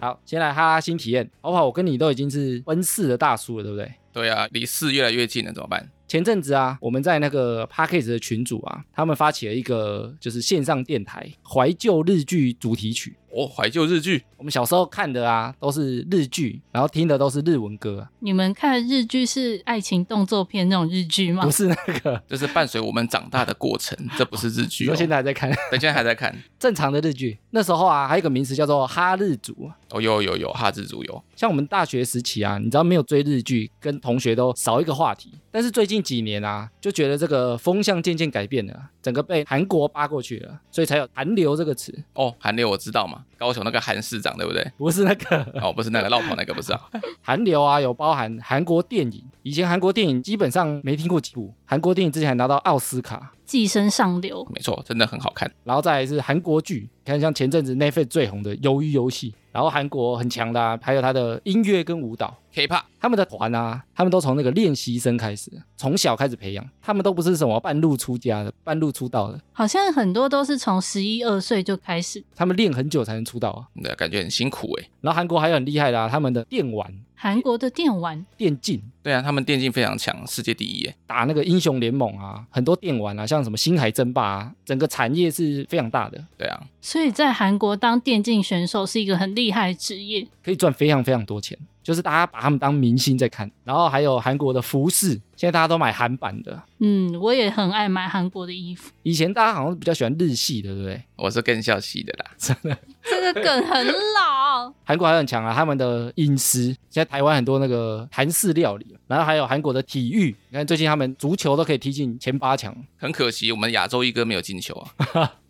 好，先来哈拉新体验，好不好？我跟你都已经是 N 四的大叔了，对不对？对啊，离四越来越近了，怎么办？前阵子啊，我们在那个 p a c k a g e 的群组啊，他们发起了一个就是线上电台怀旧日剧主题曲。哦，怀旧日剧，我们小时候看的啊，都是日剧，然后听的都是日文歌啊、你们看的日剧是爱情动作片那种日剧吗不？是那个。这是伴随我们长大的过程，这不是日你 剧、哦。说现在还在看对，现在还在看。正常的日剧，那时候啊，还有一个名词叫做哈日族啊。哦，有有有，哈日族有。像我们大学时期啊，你知道没有追日剧，跟同学都少一个话题。但是最近几年啊，就觉得这个风向渐渐改变了，整个被韩国扒过去了，所以才有韩流这个词，哦，韩流我知道嘛，高雄那个韩市长对不对？不是那个。哦，不是那个绕跑那个，不是啊。韩流啊，有包含韩国电影。以前韩国电影基本上没听过几部，韩国电影之前还拿到奥斯卡，寄生上流，没错，真的很好看。然后再来是韩国剧，你看像前阵子 Netflix 最红的《鱿鱼游戏》，然后韩国很强的、啊，还有它的音乐跟舞蹈。 K-pop 他们的团啊，他们都从那个练习生开始，从小开始培养，他们都不是什么半路出家的、半路出道的，好像很多都是从十一二岁就开始。他们练很久才能出道啊。嗯对，感觉很辛苦哎。然后韩国还有很厉害的、啊，他们的电玩、韩国的电玩电竞，对啊，他们电竞非常强，世界第一哎。打那个英雄联盟啊，很多电玩啊，像什么星海争霸啊，整个产业是非常大的，对啊，所以在韩国当电竞选手是一个很厉害的职业。可以赚非常非常多钱。就是大家把他们当明星在看，然后还有韩国的服饰，现在大家都买韩版的。嗯，我也很爱买韩国的衣服，以前大家好像比较喜欢日系的，对不对？我是更笑系的啦。 这个梗很老。韩国还很强啊，他们的饮食，现在台湾很多那个韩式料理，然后还有韩国的体育，你看最近他们足球都可以踢进前八强，很可惜，我们亚洲一哥没有进球啊。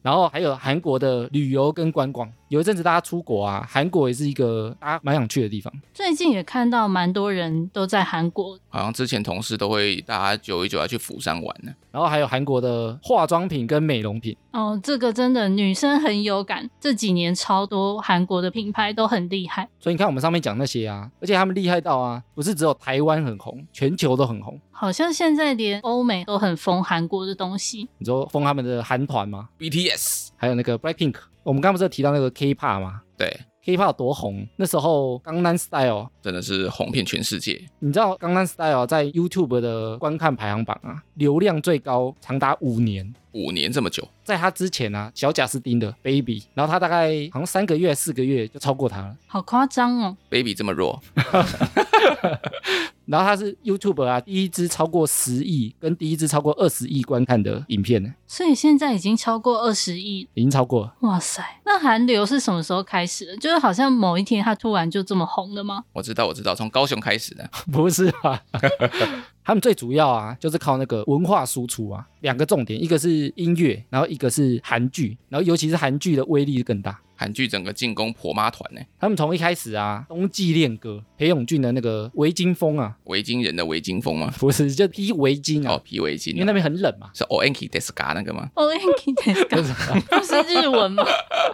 然后还有韩国的旅游跟观光。有一阵子大家出国啊，韩国也是一个大家蛮想去的地方。 最近也看到蛮多人都在韩国，好像之前同事都会大家久一久要去釜山玩呢。然后还有韩国啊的化妆品跟美容品，哦，这个真的女生很有感，这几年超多韩国的品牌都很厉害，所以你看我们上面讲那些啊，而且他们厉害到啊，不是只有台湾很红，全球都很红。好像现在连欧美都很疯韩国的东西。你说封他们的韩团吗？ BTS 还有那个 Blackpink，我们刚刚不是有提到那个 K-pop 吗对， ？K-pop 有多红，那时候《江南 Style》，哦真的是红遍全世界。你知道《江南 Style》在 YouTube 的观看排行榜啊，流量最高长达五年。五年这么久，在他之前啊，小贾斯汀的 Baby，然后他大概好像三个月、四个月就超过他了。 好夸张哦！ baby 这么弱，然后他是 YouTube 啊，第一支超过十亿，跟第一支超过二十亿观看的影片呢，所以现在已经超过二十亿，已经超过了。 哇塞！那韩流是什么时候开始的？就是好像某一天它突然就这么红了吗？我知道我知道，从高雄开始的。不是吧？ 他们最主要啊，就是靠那个文化输出啊，两个重点，一个是音乐，然后一个是韩剧，然后尤其是韩剧的威力更大。韩剧整个进攻婆妈团呢，他们从一开始啊，冬季恋歌，裴勇俊的那个围巾风啊， 围巾人的围巾风吗？不是就披围巾啊，哦，披围巾因啊，为那边很冷嘛。是 Oenki Deska 那个吗？哦 Enki 就 Deska 是不是日文吗？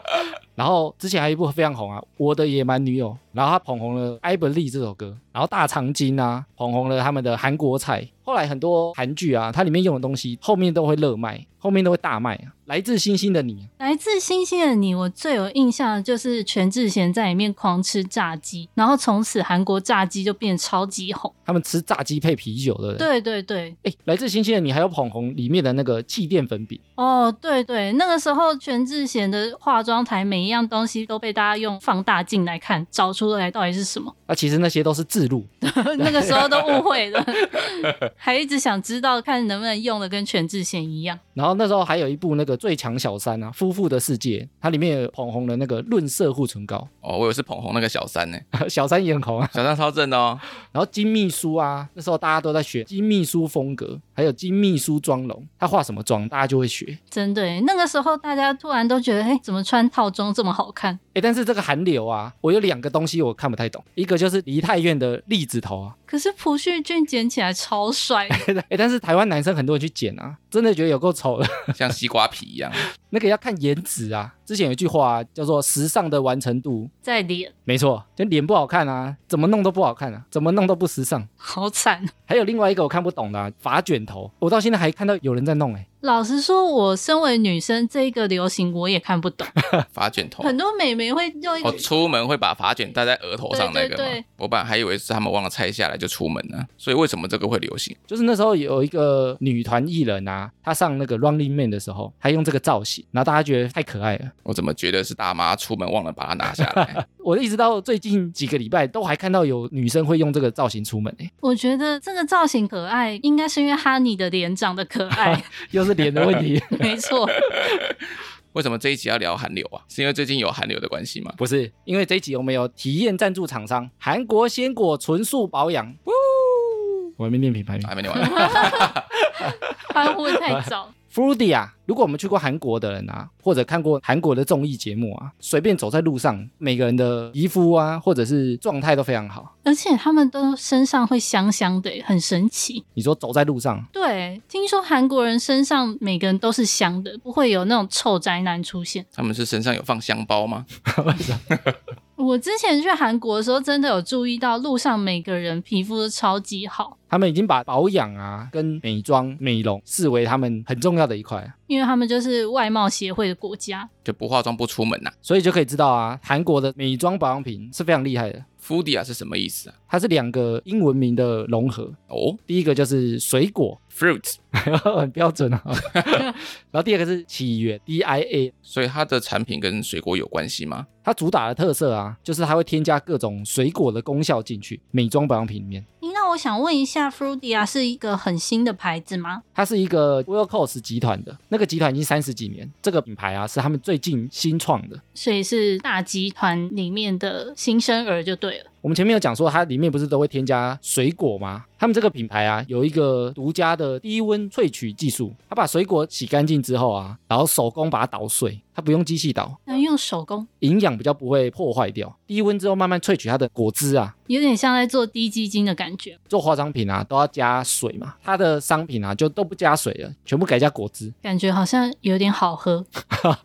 然后之前还有一部非常红啊，《我的野蛮女友》，然后他捧红了《I Believe》这首歌，然后大长今啊捧红了他们的韩国菜。后来很多韩剧啊，它里面用的东西后面都会热卖，后面都会大卖啊。来自星星的你、来自星星的你，我最有印象的就是全智贤在里面狂吃炸鸡，然后从此韩国炸鸡就变超级红。他们吃炸鸡配啤酒的。对不对，对对对，哎，来自星星的你还有捧红里面的那个气垫粉饼，哦对对，那个时候全智贤的化妆台每一样东西都被大家用放大镜来看，找出来到底是什么。那、其实那些都是自录， 那个时候都误会了， 还一直想知道看能不能用的跟全智贤一样。然后那时候还有一部那个最强小三啊，《夫妇的世界》，它里面也捧红了那个润色护唇膏， 哦，我以为是捧红那个小三呢，小三也很红啊。小三超正的哦。然后金秘书啊，那时候大家都在学金秘书风格，还有金秘书妆容，她化什么妆大家就会学。真的耶，那个时候大家突然都觉得，哎、怎么穿套装这么好看？哎，但是这个韩流啊，我有两个东西我看不太懂，一个就是梨泰院的栗子头啊， 可是朴叙俊剪起来超帅， 哎，但是台湾男生很多人去剪啊，真的觉得有够丑的。 像西瓜皮一样。那个要看颜值啊。之前有一句话、啊、叫做“时尚的完成度在脸”，没错，就脸不好看啊，怎么弄都不好看啊，怎么弄都不时尚。好惨。还有另外一个我看不懂的、啊、发卷头，我到现在还看到有人在弄哎、老实说，我身为女生，这一个流行我也看不懂。哦发卷头。 很多美眉会用一我个出门会把发卷戴在额头上那个吗？对对对我本来还以为是他们忘了拆下来就出门了，所以为什么这个会流行？就是那时候有一个女团艺人啊，她上那个 Running Man 的时候，她用这个造型，然后大家觉得太可爱了。我怎么觉得是大妈出门忘了把它拿下来？ 我一直到最近几个礼拜都还看到有女生会用这个造型出门欸诶、我觉得这个造型可爱，应该是因为哈尼的脸长得可 爱， 又是脸的问题，没错。为什么这一集要聊韩流啊？是因为最近有韩流的关系吗？ 不是因为这一集我们有体验赞助厂商韩国鲜果纯素保养。我还没念品牌名还没念完， 欢呼得太 早。 ，Fruity 啊。如果我们去过韩国的人啊，或者看过韩国的综艺节目啊，随便走在路上，每个人的皮肤啊，或者是状态都非常好。而且他们都身上会香香的，很神奇。你说走在路上，对，听说韩国人身上每个人都是香的，不会有那种臭宅男出现。他们是身上有放香包吗？我之前去韩国的时候，真的有注意到路上每个人皮肤都超级好，他们已经把保养啊跟美妆美容视为他们很重要的一块，因为他们就是外貌协会的国家。就不化妆不出门呐、啊？所以就可以知道啊，韩国的美妆保养品是非常厉害的。 f o o d i a 是什么意思啊？它是两个英文名的融合，哦第一个就是水果， ，fruit，很标准啊、然后第二个是起源 DIA，所以它的产品跟水果有关系吗？它主打的特色啊，就是它会添加各种水果的功效进去美妆保养品里面。咦那我想问一下，Fruitia 是一个很新的牌子吗？它是一个 Wilcox 集团的，那个集团已经三十几年，这个品牌啊是他们最近新创的。所以是大集团里面的新生儿就对了。我们前面有讲说，它里面不是都会添加水果吗？他们这个品牌啊，有一个独家的低温萃取技术，它把水果洗干净之后啊，然后手工把它捣碎，它不用机器捣，那用手工，营养比较不会破坏掉。低温之后慢慢萃取它的果汁啊，有点像在做低基金的感觉，做化妆品啊都要加水嘛，它的商品啊就都不加水了，全部改加果汁。感觉好像有点好喝。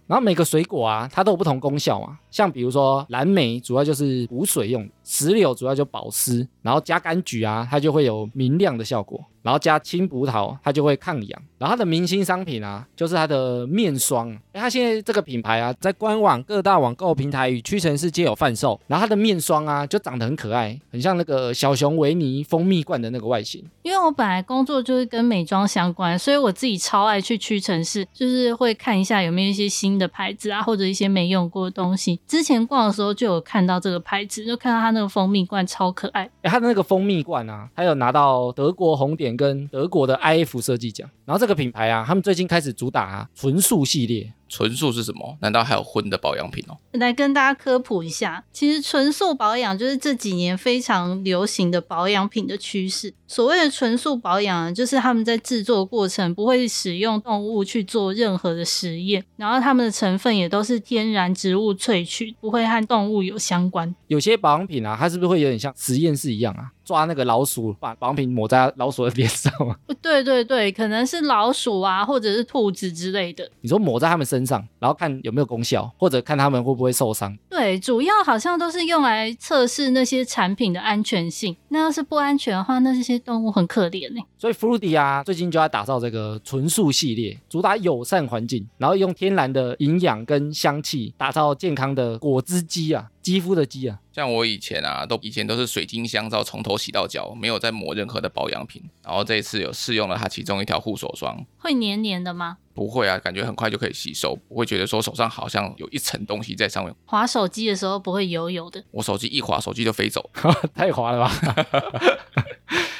然后每个水果啊，它都有不同功效嘛，像比如说蓝莓主要就是补水用的，石榴主要就保湿，然后加柑橘啊，它就会有明亮的效果，然后加青葡萄它就会抗氧。然后它的明星商品啊，就是它的面霜，啊诶它现在这个品牌啊，在官网各大网购平台与屈臣氏皆有贩售。然后它的面霜啊，就长得很可爱，很像那个小熊维尼蜂蜜罐的那个外形。因为我本来工作就是跟美妆相关，所以我自己超爱去屈臣氏，就是会看一下有没有一些新的牌子啊，或者一些没用过的东西。之前逛的时候就有看到这个牌子，就看到它那个蜂蜜罐超可爱。欸它的那个蜂蜜罐啊，它有拿到德国红点跟德国的 IF 设计奖。然后这个品牌啊，他们最近开始主打、啊、纯素系列，纯素是什么？难道还有荤的保养品哦？来跟大家科普一下，其实纯素保养就是这几年非常流行的保养品的趋势。所谓的纯素保养啊，就是他们在制作过程不会使用动物去做任何的实验，然后他们的成分也都是天然植物萃取，不会和动物有相关。有些保养品啊，它是不是会有点像实验室一样啊？抓那个老鼠，把保养品抹在老鼠的脸上啊？ 对对对，可能是老鼠啊，或者是兔子之类的。你说抹在它们身上，然后看有没有功效，或者看它们会不会受伤。对，主要好像都是用来测试那些产品的安全性。那要是不安全的话，那这些动物很可怜呢、所以 Fruity 啊，最近就要打造这个纯素系列，主打友善环境，然后用天然的营养跟香气，打造健康的果汁机啊，肌肤的肌啊。像我以前啊，都以前都是水晶香皂从头洗到脚，没有再抹任何的保养品。然后这一次有试用了它其中一条护手霜，会黏黏的吗？不会啊，感觉很快就可以吸收，不会觉得说手上好像有一层东西在上面。划手机的时候不会油油的，我手机一滑，手机就飞走了。太滑了吧！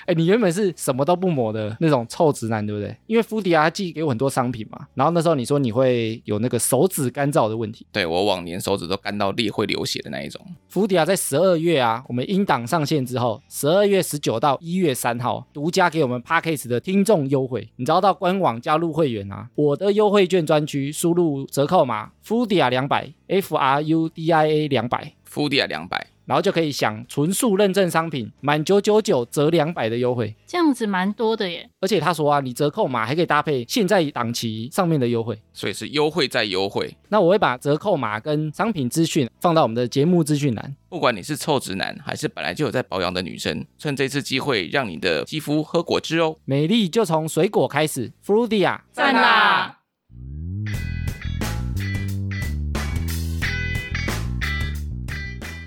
哎、你原本是什么都不抹的那种臭直男，对不对？因为福迪啊，他寄给我很多商品嘛，然后那时候你说你会有那个手指干燥的问题。对我往年手指都干到裂会流血的那一种，福迪啊，在十二月啊，我们英档上线之后，十二月十九到一月三号，独家给我们 p a c k a s e 的听众优惠。你只要到官网加入会员啊，我的优惠券专区输入折扣码 Frudia 两百 F R U D I A 两百， f u d i a 啊两百，然后就可以享纯素认证商品满九九九折两百的优惠。这样子蛮多的耶。而且他说啊，你折扣码还可以搭配现在档期上面的优惠。所以是优惠再优惠。那我会把折扣码跟商品资讯放到我们的节目资讯栏。不管你是臭直男还是本来就有在保养的女生，趁这次机会让你的肌肤喝果汁哦。美丽就从水果开始，Frudia 啊赞啦！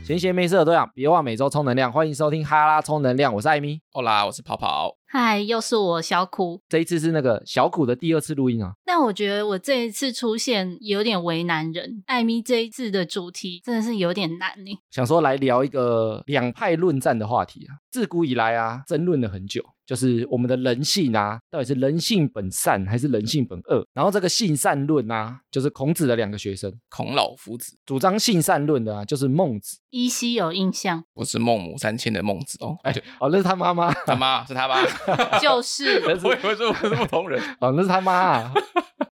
闲闲没事的都养，别忘每周充能量。欢迎收听哈拉充能量，我是艾米。好啦，我是跑跑，嗨，又是我小苦。这一次是那个小谷的第二次录音啊，但我觉得我这一次出现有点为难人。艾米这一次的主题真的是有点难呢。想说来聊一个两派论战的话题啊。自古以来啊，争论了很久，就是我们的人性啊，到底是人性本善还是人性本恶？然后这个性善论啊，就是孔子的两个学生，孔老夫子，主张性善论的啊，就是孟子。依稀有印象，我是孟母三迁的孟子哦。哎，哦，那是他妈妈， 他妈是他吧？ 就是我以为是我是不同人。哦，那是他妈、啊。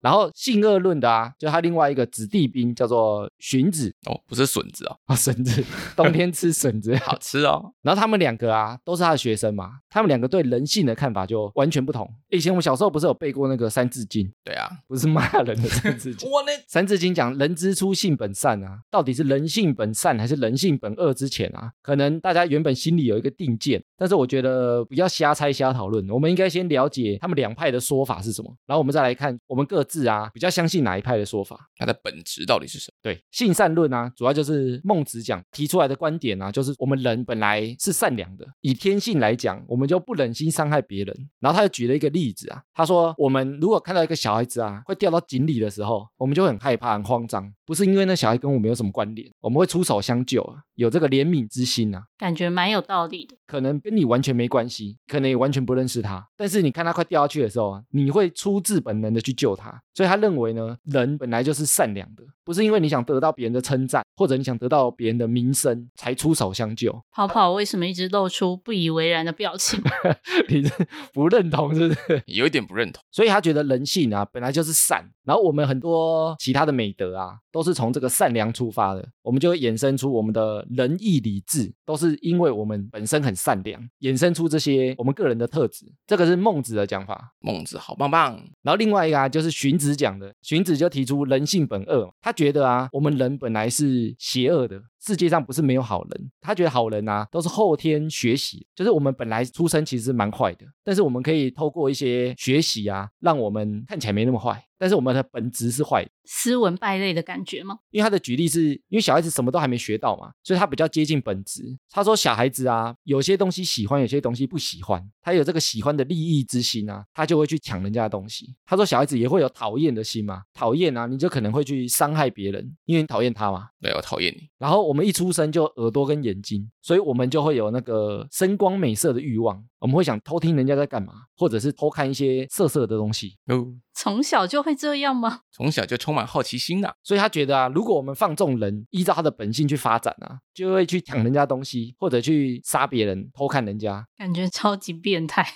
然后性恶论的啊，就他另外一个子弟兵叫做荀子 哦，不是笋子哦，啊，笋子，冬天吃笋子。好吃哦。然后他们两个啊，都是他的学生嘛，他们两个对人性的看法就完全不同。以前我们小时候不是有背过那个《三字经》，对啊，不是骂人的《三字经》。《我呢？三字经》讲“人之初，性本善”啊，到底是人性本善还是人性本恶之前啊，可能大家原本心里有一个定见，但是我觉得不要瞎猜瞎讨论，我们应该先了解他们两派的说法是什么，然后我们再来看我们各自啊比较相信哪一派的说法。它的本质到底是什么？对性善论啊，主要就是孟子讲提出来的观点啊，就是我们人本来是善良的，以天性来讲，我们就不忍心伤害别人。然后他就举了一个例子啊，他说我们如果看到一个小孩子啊会掉到井里的时候，我们就会很害怕、很慌张，不是因为那小孩跟我们有什么关联，我们会出手相救啊，有这个怜悯之心啊。感觉蛮有道理的。可能跟你完全没关系，可能也完全不认识他，但是你看他快掉下去的时候啊，你会出自本能的去救他，所以他认为呢，人本来就是善良的，不是因为你想得到别人的称赞，或者你想得到别人的名声才出手相救。 跑跑为什么一直露出不以为然的表情？ 你是不认同是不是？有一点不认同。所以他觉得人性啊本来就是善，然后我们很多其他的美德啊都是从这个善良出发的，我们就会衍生出我们的仁义礼智，都是因为我们本身很善良，衍生出这些我们个人的特质。这个是孟子的讲法。孟子好棒棒，然后另外一个啊，就是荀子讲的，荀子就提出人性本恶嘛，他觉得啊，我们人本来是邪恶的，世界上不是没有好人，他觉得好人啊都是后天学习，就是我们本来出生其实是蛮坏的，但是我们可以透过一些学习啊，让我们看起来没那么坏，但是我们的本质是坏的。斯文败类的感觉吗？因为他的举例是因为小孩子什么都还没学到嘛，所以他比较接近本质。他说小孩子啊，有些东西喜欢，有些东西不喜欢，他有这个喜欢的利益之心啊，他就会去抢人家的东西。他说小孩子也会有讨厌的心嘛，讨厌啊，你就可能会去伤害别人，因为你讨厌他嘛。对我讨厌你。然后我们一出生就耳朵跟眼睛，所以我们就会有那个声光美色的欲望，我们会想偷听人家在干嘛，或者是偷看一些色色的东西。哦，从小就会这样吗？从小就充满好奇心啊。所以他觉得啊，如果我们放纵人，依照他的本性去发展啊，就会去抢人家东西，或者去杀别人、偷看人家。感觉超级变态。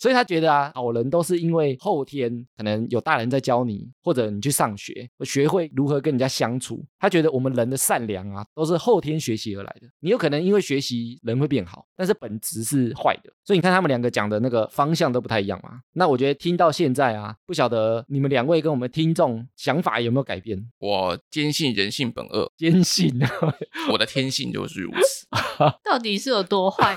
所以他觉得啊，好人都是因为后天可能有大人在教你，或者你去上学，学会如何跟人家相处。他觉得我们人的善良啊，都是后天学习而来的。你有可能因为学习人会变好，但是本质是坏的。所以你看他们两个讲的那个方向都不太一样嘛。那我觉得听到现在啊，不晓得你们两位跟我们听众想法有没有改变？我坚信人性本恶，坚信啊，我的天性就是如此。到底是有多坏？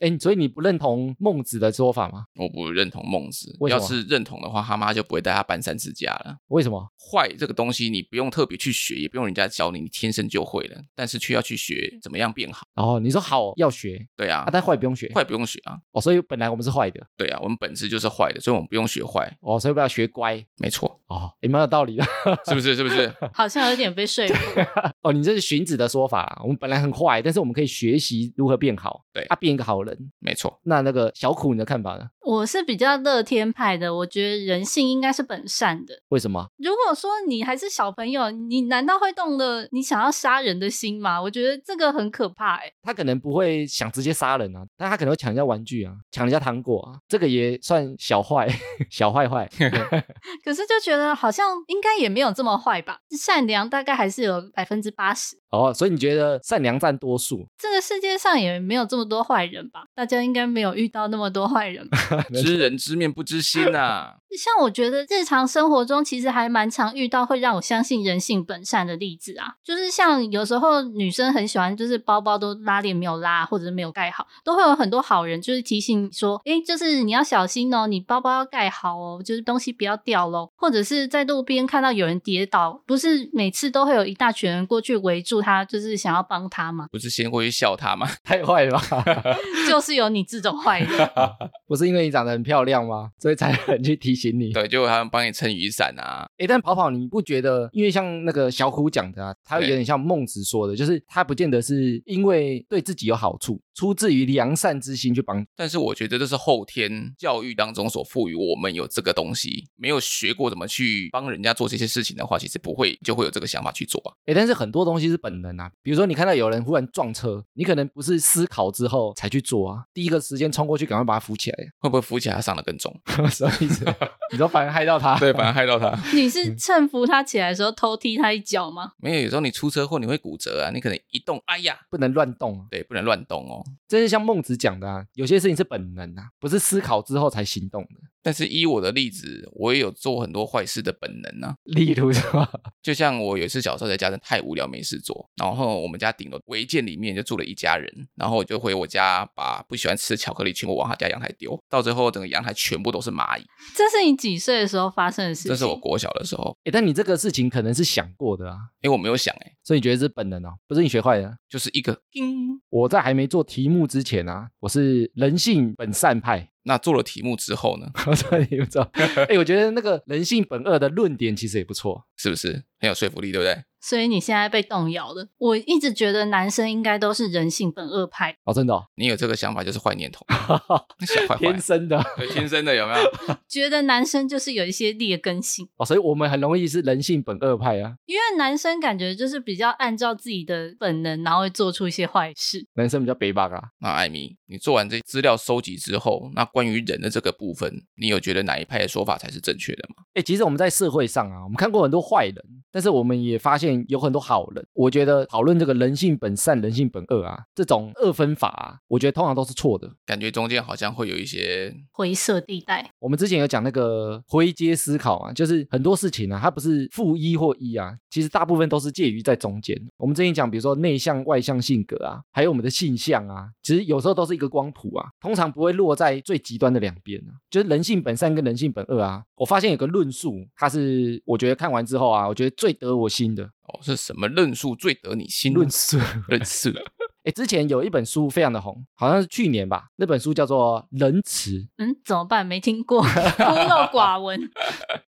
哎、所以你不认同孟子的说法吗？我不认同孟子为，什要么是认同的话，他妈就不会带他搬三次家了。为什么？坏这个东西，你不用特别去学，也不用人家教你，你天生就会了。但是却要去学怎么样变好。哦，你说好要学对啊啊，，但坏不用学。坏不用学啊。哦，所以本来我们是坏的对啊，我们本质就是坏的，所以我们不用学坏。哦，所以我们要学乖没错，哦，也蛮有道理的。 是不是？是不是？好像有点被说服。哦，你这是荀子的说法啦。我们本来很坏，但是我们可以学习如何变好，对啊，变一个好人。没错。 那那个小苦，你的看法呢？我是比较乐天派的，我觉得人性应该是本善的。为什么？如果说你还是小朋友，你难道会动了你想要杀人的心吗？我觉得这个很可怕哎、他可能不会想直接杀人啊，但他可能会抢人家玩具 啊，抢人家糖果啊，这个也算小坏，小坏坏。可是就觉得得好像应该也没有这么坏吧，善良大概还是有百分之八十。哦，所以你觉得善良占多数？ 这个世界上也没有这么多坏人吧？大家应该没有遇到那么多坏人吧？ 知人知面不知心 呐、啊。像我觉得日常生活中其实还蛮常遇到会让我相信人性本善的例子啊，就是像有时候女生很喜欢就是包包都拉链没有拉或者是没有盖好，都会有很多好人就是提醒你说，诶，就是你要小心哦，你包包要盖好哦，就是东西不要掉喽。或者是在路边看到有人跌倒，不是每次都会有一大群人过去围住他，就是想要帮他吗？ 不是先过去笑他吗？ 太坏了吧？ 就是有你这种坏人，不是因为你长得很漂亮吗？所以才有人去提醒你。对，就他们帮你撑雨伞啊。诶，但跑跑，你不觉得？因为像那个小虎讲的啊，他有对点像孟子说的，就是他不见得是因为对自己有好处，出自于良善之心去帮。但是我觉得这是后天教育当中所赋予我们有这个东西，没有学过怎么去帮人家做这些事情的话，其实不会就会有这个想法去做啊。诶，但是很多东西是本能啊，比如说你看到有人忽然撞车，你可能不是思考之后才去做啊，第一个时间冲过去赶快把他扶起来， 会不会扶起来伤得更重？ 什么意 思？你都反而害到他。对，反而害到他。你嗯是趁扶他起来的时候偷踢他一脚吗？ 没有，有时候你出车祸你会骨折啊，你可能一动，哎呀，不能乱动啊，对，不能乱动哦。这是像孟子讲的啊，有些事情是本能啊，不是思考之后才行动的。但是依我的例子，我也有做很多坏事的本能啊。例如什么？就像我有一次小时候在家真的太无聊没事做，然后我们家顶楼违建里面就住了一家人，然后我就回我家把不喜欢吃的巧克力全部往他家阳台丢，到最后整个阳台全部都是蚂蚁。这是你几岁的时候发生的事情？这是我国小的时候，诶，但你这个事情可能是想过的啊，因为我没有想哎、所以你觉得是本能哦，不是你学坏的。就是一个叮。我在还没做题目之前啊，我是人性本善派。 那做了题目之后呢，我说你不知道，哎、我觉得那个人性本恶的论点其实也不错。是不是很有说服力，对不对？所以你现在被动摇了。我一直觉得男生应该都是人性本恶派，哦，真的、哦，你有这个想法就是坏念头，那小坏天坏，生的对，天生的有没有？觉得男生就是有一些劣根性，哦，所以我们很容易是人性本恶派啊，因为男生感觉就是比较按照自己的本能，然后会做出一些坏事。男生比较北霸啦。那艾米，你做完这资料收集之后，那关于人的这个部分，你有觉得哪一派的说法才是正确的吗？哎、其实我们在社会上啊，我们看过很多坏人，但是我们也发现有很多好人。我觉得讨论这个人性本善、人性本恶啊，这种二分法啊，我觉得通常都是错的。感觉中间好像会有一些灰色地带，我们之前有讲那个灰阶思考啊，就是很多事情啊，它不是负一或一啊，其实大部分都是介于在中间。我们之前讲，比如说内向、外向性格啊，还有我们的性向啊，其实有时候都是一个光谱啊，通常不会落在最极端的两边啊，就是人性本善跟人性本恶啊。我发现有个论述，它是我觉得看完之后啊，我觉得最得我心的哦，是什么论述最得你心呢？论述。论述，哎，之前有一本书非常的红，好像是去年吧，那本书叫做《仁慈》。嗯，怎么办？没听 过，孤陋寡闻。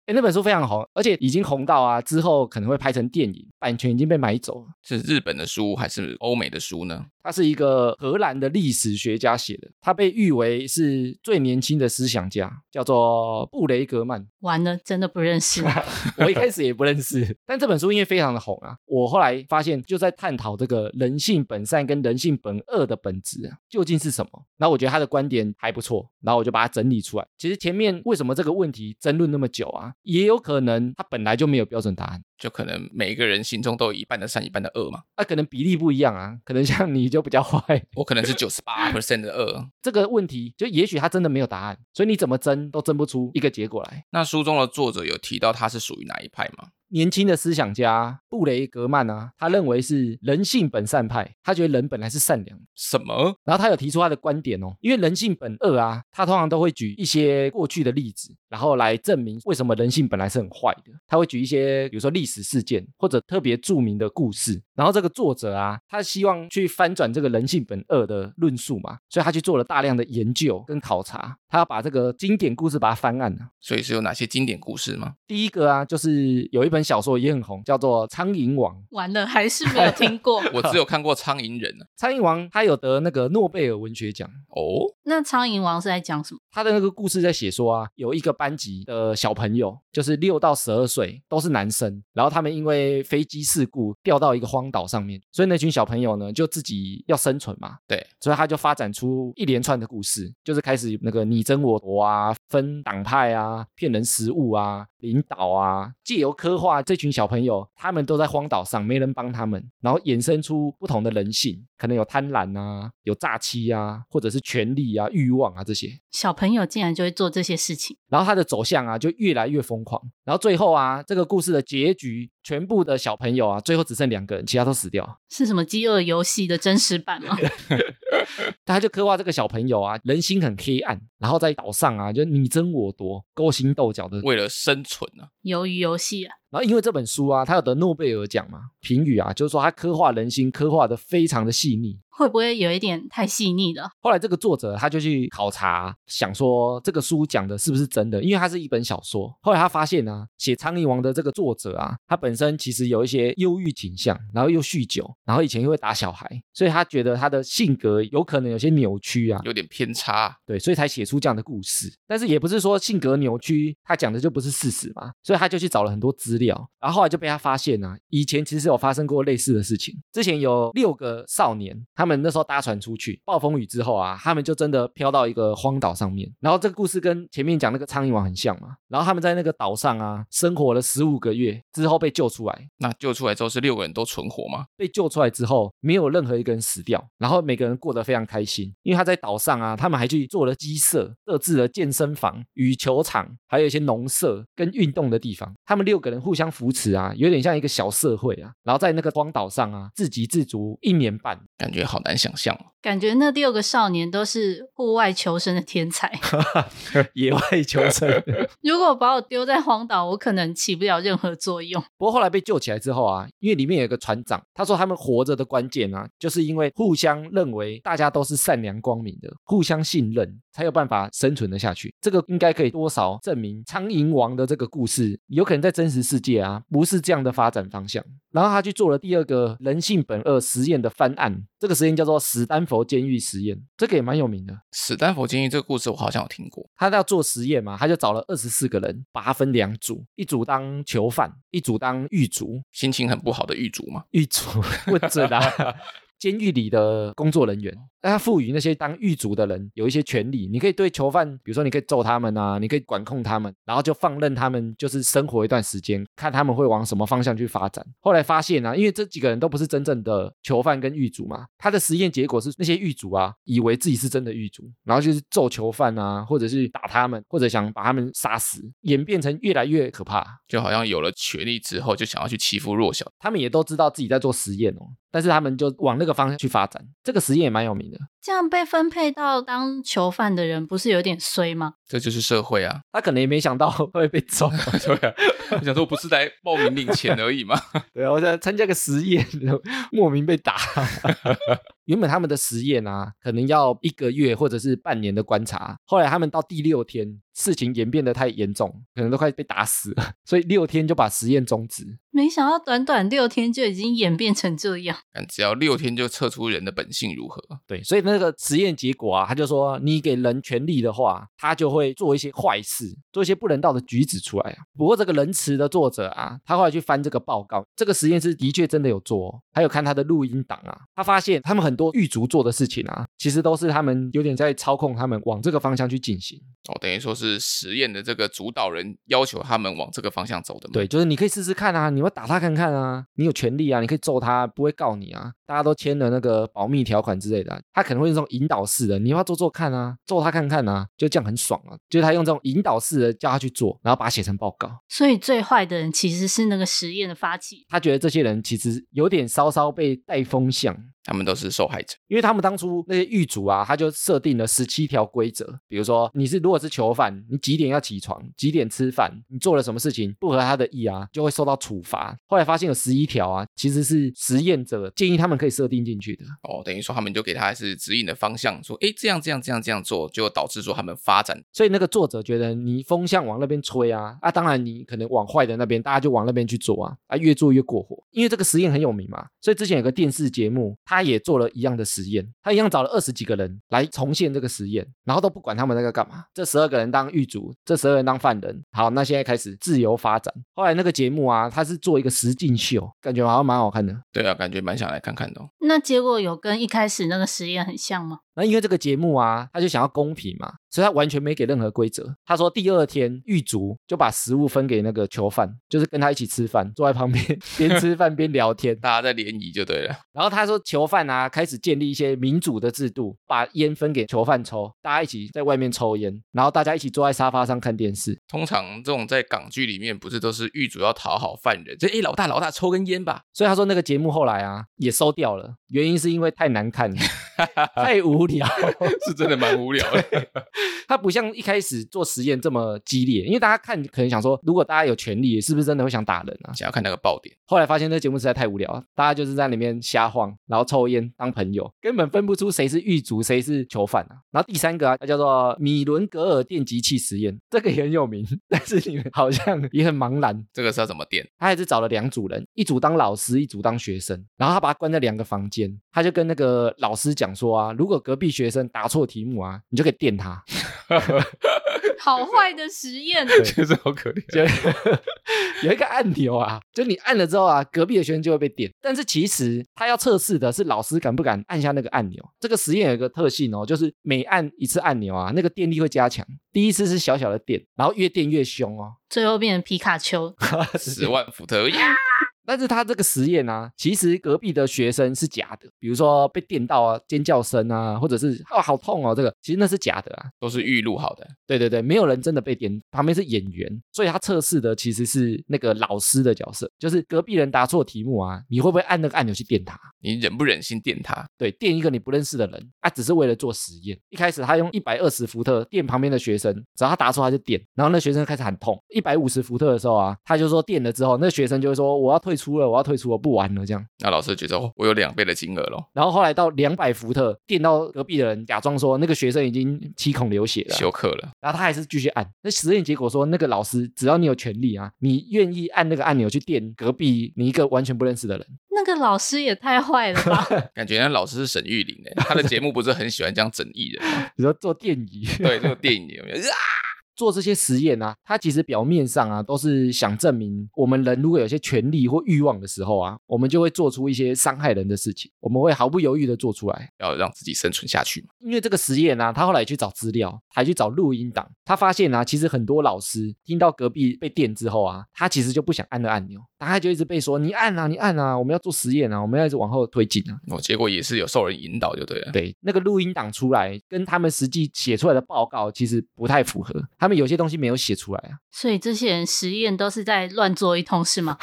哎，那本书非常红，而且已经红到啊，之后可能会拍成电影，版权已经被买走了。是日本的书还是欧美的书呢？他是一个荷兰的历史学家写的，他被誉为是最年轻的思想家，叫做布雷格曼。完了，真的不认识。 我一开始也不认识， 但这本书因为非常的红啊，我后来发现就在探讨这个人性本善跟人性本恶的本质、啊、究竟是什么。然后我觉得他的观点还不错，然后我就把它整理出来。其实前面为什么这个问题争论那么久啊，也有可能他本来就没有标准答案。就可能每一个人心中都有一半的善，一半的恶嘛。那、可能比例不一样啊，可能像你就比较坏。我可能是九十八 percent 的恶。这个问题就也许他真的没有答案，所以你怎么争都争不出一个结果来。那书中的作者有提到他是属于哪一派吗？年轻的思想家布雷格曼啊，他认为是人性本善派，他觉得人本来是善良的。什么？然后他有提出他的观点哦，因为人性本恶啊，他通常都会举一些过去的例子，然后来证明为什么人性本来是很坏的。他会举一些，比如说历史事件或者特别著名的故事。然后这个作者啊，他希望去翻转这个人性本恶的论述嘛，所以他去做了大量的研究跟考察，他要把这个经典故事把它翻案啊。所以是有哪些经典故事吗？第一个啊，就是有一本小说也很红，叫做《苍蝇王》。完了，还是 没有听过。我只有看过《苍蝇人》啊。苍蝇王他有得那个诺贝尔文学奖，哦，那《苍蝇王》是在讲什么？他的那个故事在写说啊，有一个班级的小朋友，就是六到十二岁，都是男生，然后他们因为飞机事故掉到一个荒岛上面，所以那群小朋友呢就自己要生存嘛，对，所以他就发展出一连串的故事，就是开始那个你争我夺啊，分党派啊，骗人食物啊，领导啊，借由刻画这群小朋友，他们都在荒岛上，没人帮他们，然后衍生出不同的人性，可能有贪婪啊，有诈欺啊，或者是权力啊、欲望啊这些。小朋友竟然就会做这些事情，然后他的走向啊就越来越疯狂，然后最后啊，这个故事的结局，全部的小朋友啊，最后只剩两个人，其他都死掉。是什么饥饿游戏的真实版吗？他就刻画这个小朋友啊，人心很黑暗，然后在岛上啊，就你争我夺，勾心斗角的。为了生存啊，鱿鱼游戏啊，然后因为这本书啊，他有得诺贝尔奖嘛，评语啊，就是说他刻画人心，刻画的非常的细腻。会不会有一点太细腻了？后来这个作者他就去考察，想说这个书讲的是不是真的，因为它是一本小说。后来他发现啊，写《苍蝇王》的这个作者啊，他本身其实有一些忧郁倾向，然后又酗酒，然后以前又会打小孩，所以他觉得他的性格有可能有些扭曲啊，有点偏差，对，所以才写出这样的故事。但是也不是说性格扭曲，他讲的就不是事实嘛，所以他就去找了很多资料，然后后来就被他发现啊，以前其实有发生过类似的事情。之前有六个少年，他们那时候搭船出去，暴风雨之后啊，他们就真的飘到一个荒岛上面。然后这个故事跟前面讲那个苍蝇王很像嘛，然后他们在那个岛上啊生活了十五个月之后被救出来，那救出来之后是六个人都存活吗？被救出来之后，没有任何一个人死掉，然后每个人过得非常开心，因为他在岛上啊，他们还去做了鸡舍，设置了健身房、羽球场，还有一些农舍跟运动的地方。他们六个人互相扶持啊，有点像一个小社会啊。然后在那个荒岛上啊，自给自足一年半， 感觉好难想象哦。感觉那六个少年都是户外求生的天才。 野外求生。 如果把我丢在荒岛，我可能起不了任何作用。不过后来被救起来之后啊，因为里面有一个船长，他说他们活着的关键啊，就是因为互相认为大家都是善良光明的，互相信任，才有办法生存的下去。这个应该可以多少证明《苍蝇王》的这个故事，有可能在真实世界啊，不是这样的发展方向。然后他去做了第二个人性本恶实验的翻案，这个实验叫做史丹佛监狱实验，这个也蛮有名的。史丹佛监狱这个故事我好像有听过，他要做实验嘛，他就找了二十四个人，把他分两组，一组当囚犯，一组当狱卒。心情很不好的狱卒嘛，狱卒问准啊。 监狱里的工作人员，那他赋予那些当狱卒的人有一些权利，你可以对囚犯，比如说你可以揍他们啊，你可以管控他们，然后就放任他们就是生活一段时间，看他们会往什么方向去发展。后来发现啊，因为这几个人都不是真正的囚犯跟狱卒嘛，他的实验结果是那些狱卒啊，以为自己是真的狱卒，然后就是揍囚犯啊，或者是打他们，或者想把他们杀死，演变成越来越可怕。就好像有了权力之后就想要去欺负弱小，他们也都知道自己在做实验哦，但是他们就往那个方向去发展。这个实验也蛮有名的，这样被分配到当囚犯的人，不是有点衰吗？这就是社会啊。 他可能也没想到会被揍。对啊，我想说不是来报名领钱而已嘛。 对啊，我想参加个实验，莫名被打。原本他们的实验啊，可能要一个月或者是半年的观察，后来他们到第六天，事情演变得太严重，可能都快被打死了，所以六天就把实验终止。没想到短短六天就已经演变成这样。但只要六天就测出人的本性如何，对，所以那个实验结果啊，他就说你给人权利的话，他就会做一些坏事，做一些不人道的举止出来啊。不过这个仁慈的作者啊，他后来去翻这个报告，这个实验室的确真的有做、哦，还有看他的录音档啊，他发现他们很多狱卒做的事情啊，其实都是他们有点在操控他们往这个方向去进行。哦，等于说是实验的这个主导人要求他们往这个方向走的嘛。对，，就是你可以试试看啊，你要打他看看啊，你有权利啊，你可以揍他，不会告你啊。大家都签了那个保密条款之类的啊、他可能会用这种引导式的，你要不要做做看啊，揍他看看啊，就这样很爽啊。就是他用这种引导式的叫他去做，然后把它写成报告。所以最坏的人其实是那个实验的发起。他觉得这些人其实有点稍稍被带风向，他们都是受害者。因为他们当初那些狱卒啊，他就设定了十七条规则，比如说你是如果是囚犯，你几点要起床，几点吃饭，你做了什么事情不合他的意啊，就会受到处罚。后来发现有十一条啊，其实是实验者建议他们可以设定进去的。哦，等于说他们就给他是指引的方向，说诶这样这样这样这样做，就导致说他们发展所以那个作者觉得你风向往那边吹啊，啊，当然你可能往坏的那边，大家就往那边去做啊，啊，越做越过火。因为这个实验很有名嘛，所以之前有个电视节目，他也做了一样的实验，他一样找了二十几个人来重现这个实验，然后都不管他们那个干嘛。这十二个人当狱卒，这十二人当犯人。好，那现在开始自由发展。后来那个节目啊，他是做一个实境秀，感觉好像蛮好看的。对啊，感觉蛮想来看看的哦。那结果有跟一开始那个实验很像吗？ 那因为这个节目啊，他就想要公平嘛，所以他完全没给任何规则。他说第二天狱卒就把食物分给那个囚犯，就是跟他一起吃饭，坐在旁边边吃饭边聊天。 大家在联谊就对了，然后他说囚犯啊开始建立一些民主的制度，把烟分给囚犯抽，大家一起在外面抽烟，然后大家一起坐在沙发上看电视。通常这种在港剧里面不是都是狱主要讨好犯人，这哎老大老大抽根烟吧， 所以他说那个节目后来啊也收掉了，原因是因为太难看 了， 太无聊。是真的蛮无聊的。它不像一开始做实验这么激烈，因为大家看可能想说，如果大家有权利，是不是真的会想打人啊？想要看那个爆点，后来发现这节目实在太无聊了，大家就是在里面瞎晃，然后抽烟当朋友，根本分不出谁是狱卒，谁是囚犯啊。然后第三个啊，它叫做米伦格尔电极器实验，这个也很有名，但是你们好像也很茫然。这个是要怎么点？他还是找了两组人，一组当老师，一组当学生，然后他把他关在两个房间，他就跟那个老师讲说啊，如果隔壁学生答错题目啊，你就可以电他。好坏的实验，啊 确实好可怜。就有一个按钮啊，就你按了之后啊，隔壁的学生就会被点。但是其实他要测试的是老师敢不敢按下那个按钮。这个实验有一个特性哦，就是每按一次按钮啊，那个电力会加强。第一次是小小的电，然后越电越凶哦。最后变成皮卡丘。十万伏特呀！但是他这个实验啊，其实隔壁的学生是假的，比如说被电到啊，尖叫声啊，或者是哦好痛哦，这个其实那是假的啊。都是预录好的，对对对，没有人真的被点，旁边是演员，所以他测试的其实是那个老师的角色，就是隔壁人答错题目啊，你会不会按那个按钮去电他？你忍不忍心电他？对，电一个你不认识的人啊，只是为了做实验。一开始他用一百二十伏特电旁边的学生，只要他答错他就电，然后那学生开始喊痛。一百五十伏特的时候啊，他就说电了之后，那学生就会说我要退出了，我要退出，我不玩了这样。那老师觉得哦，我有两倍的金额咯，然后后来到两百伏特，电到隔壁的人，假装说那个学生已经七孔流血了，啊休克了。然后他还是继续按。那实验结果说，那个老师只要你有权利啊，你愿意按那个按钮去电隔壁你一个完全不认识的人。那个老师也太坏了吧！感觉那老师是沈玉琳诶， 他的节目不是很喜欢这样整艺人吗？ 你说做电椅，对，这个电影有没有？啊 做这些实验啊，它其实表面上啊都是想证明，我们人如果有些权利或欲望的时候啊，我们就会做出一些伤害人的事情，我们会毫不犹豫的做出来。 要让自己生存下去嘛。因为这个实验啊，他后来去找资料，还去找录音档，他发现啊，其实很多老师听到隔壁被电之后啊，他其实就不想按那按钮，但他就一直被说你按啊，你按啊，我们要做实验啊，我们要一直往后推进啊。我哦结果也是有受人引导就对了。对，那个录音档出来跟他们实际写出来的报告其实不太符合，他们有些东西没有写出来啊，所以这些人实验都是在乱做一通，是吗？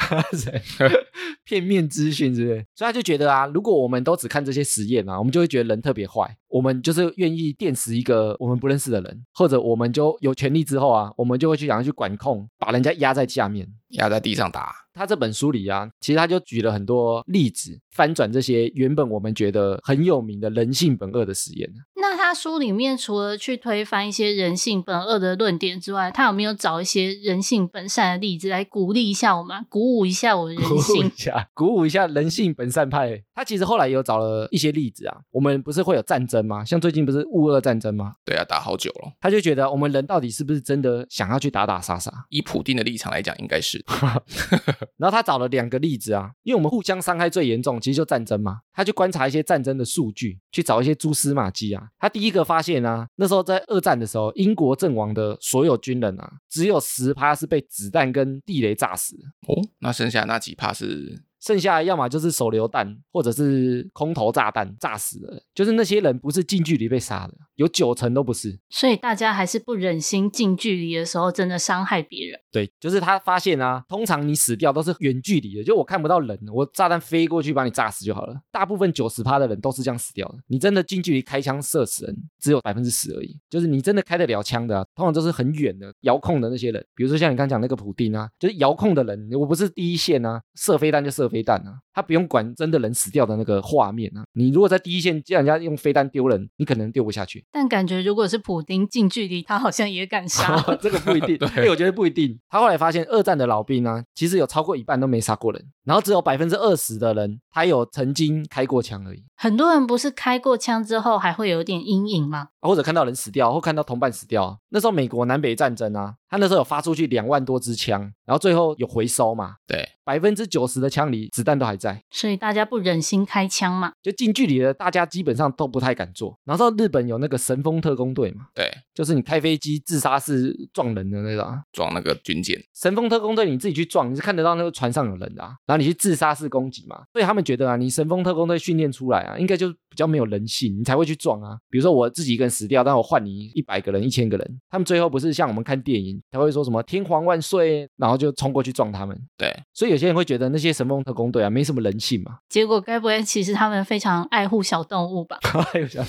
片面资讯之类，所以他就觉得啊，如果我们都只看这些实验啊，我们就会觉得人特别坏，我们就是愿意电死一个我们不认识的人，或者我们就有权利之后啊，我们就会去想要去管控，把人家压在下面。压在地上打，他这本书里啊，其实他就举了很多例子，翻转这些原本我们觉得很有名的人性本恶的实验。 那他书里面除了去推翻一些人性本恶的论点之外，他有没有找一些人性本善的例子来鼓励一下我们，鼓舞一下我们人性？下，鼓舞一下人性本善派。他其实后来也有找了一些例子啊，我们不是会有战争吗？像最近不是乌俄战争吗？对啊，打好久了。他就觉得我们人到底是不是真的想要去打打杀杀？以普丁的立场来讲，应该是然后他找了两个例子啊，因为我们互相伤害最严重，其实就战争嘛。他去观察一些战争的数据，去找一些蛛丝马迹啊。他第一个发现啊，那时候在二战的时候，英国阵亡的所有军人啊，只有十趴是被子弹跟地雷炸死的，哦。那剩下那几趴是剩下要么就是手榴弹或者是空投炸弹炸死的，就是那些人不是近距离被杀的，有九成都不是。所以大家还是不忍心近距离的时候真的伤害别人。对，就是他发现啊，通常你死掉都是远距离的，就我看不到人，我炸弹飞过去把你炸死就好了。大部分九十趴的人都是这样死掉的。你真的近距离开枪射死人，只有百分之十而已。就是你真的开得了枪的、啊，通常都是很远的遥控的那些人，比如说像你刚讲那个普丁啊，就是遥控的人，我不是第一线啊，射飞弹就射飞弹啊，他不用管真的人死掉的那个画面啊。你如果在第一线叫人家用飞弹丢人，你可能丢不下去。但感觉如果是普丁近距离，他好像也敢杀。 这个不一定，对、我觉得不一定。他后来发现，二战的老兵啊，其实有超过一半都没杀过人，然后只有百分之二十的人他有曾经开过枪而已，很多人不是开过枪之后还会有点阴影吗？啊或者看到人死掉，或看到同伴死掉啊。那时候美国南北战争啊，他那时候有发出去两万多支枪，然后最后有回收嘛，对，百分之九十的枪里子弹都还在。所以大家不忍心开枪嘛。就近距离的，大家基本上都不太敢做。然后到日本有那个神风特工队嘛，对，就是你开飞机自杀式撞人的那种、啊。装那个军舰，神风特工队你自己去撞，你是看得到那个船上有人的、啊，然后你去自杀式攻击嘛。所以他们觉得啊，你神风特工队训练出来啊，应该就比较没有人性，你才会去撞啊。比如说我自己一个人死掉，但我换你一百个人、一千个人，他们最后不是像我们看电影，他会说什么“天皇万岁”，然后就冲过去撞他们。对，所以有些人会觉得那些神风特工队啊，没什么人性嘛。 结果该不会其实他们非常爱护小动物吧？还有想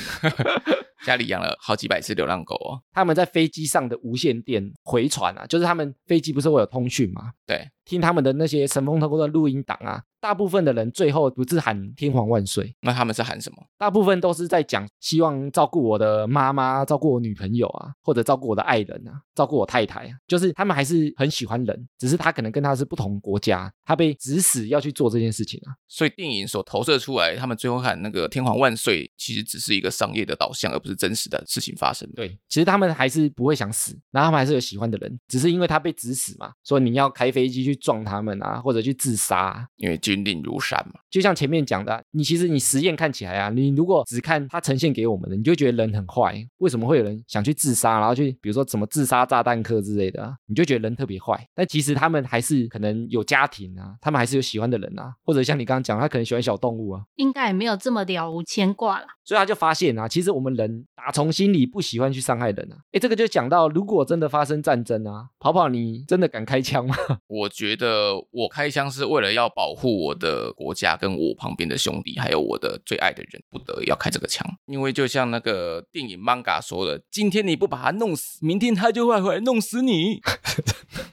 家里养了好几百只流浪狗哦，他们在飞机上的无线电回传啊，就是他们飞机不是会有通讯吗？对，听他们的那些神风特工的录音档啊，大部分的人最后不是喊“天皇万岁那他们是喊什么？”，大部分都是在讲希望照顾我的妈妈、照顾我女朋友啊，或者照顾我的爱人啊，照顾我太太啊，就是他们还是很喜欢人，只是他可能跟他是不同国家，他被指使要去做这件事情啊。所以电影所投射出来，他们最后喊那个“天皇万岁”，其实只是一个商业的导向，而不是真实的事情发生。，对，其实他们还是不会想死，然后他们还是有喜欢的人，只是因为他被指使嘛，说你要开飞机去撞他们啊，或者去自杀、啊。因为军令如山嘛。就像前面讲的啊，你其实你实验看起来啊，你如果只看它呈现给我们的，你就觉得人很坏。为什么会有人想去自杀，然后去比如说怎么自杀炸弹客之类的、啊，你就觉得人特别坏。但其实他们还是可能有家庭啊，他们还是有喜欢的人啊，或者像你刚刚讲，他可能喜欢小动物啊。应该也没有这么了无牵挂啦。所以他就发现啊，其实我们人打从心里不喜欢去伤害人啊。诶，这个就讲到，如果真的发生战争啊，跑跑你真的敢开枪吗？我觉得我开枪是为了要保护我的国家，跟我旁边的兄弟，还有我的最爱的人，不得要开这个枪。因为就像那个电影 manga 说的，今天你不把他弄死，明天他就会回来弄死你。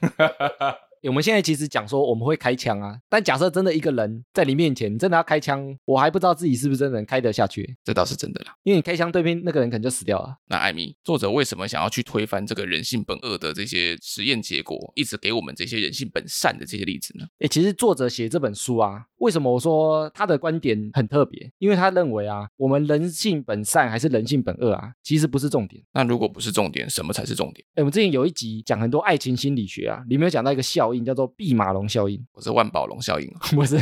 我们现在其实讲说我们会开枪啊，但假设真的一个人在你面前真的要开枪，我还不知道自己是不是真的能开得下去，这倒是真的啦。因为你开枪对面那个人可能就死掉了。那艾米，作者为什么想要去推翻这个人性本恶的这些实验结果，一直给我们这些人性本善的这些例子呢？诶，其实作者写这本书啊，为什么我说他的观点很特别？因为他认为啊，我们人性本善还是人性本恶啊，其实不是重点。那如果不是重点，什么才是重点？诶，我们之前有一集讲很多爱情心理学啊，里面有讲到一个效应叫做毕马龙效应， 我是万宝龙效应啊，不是。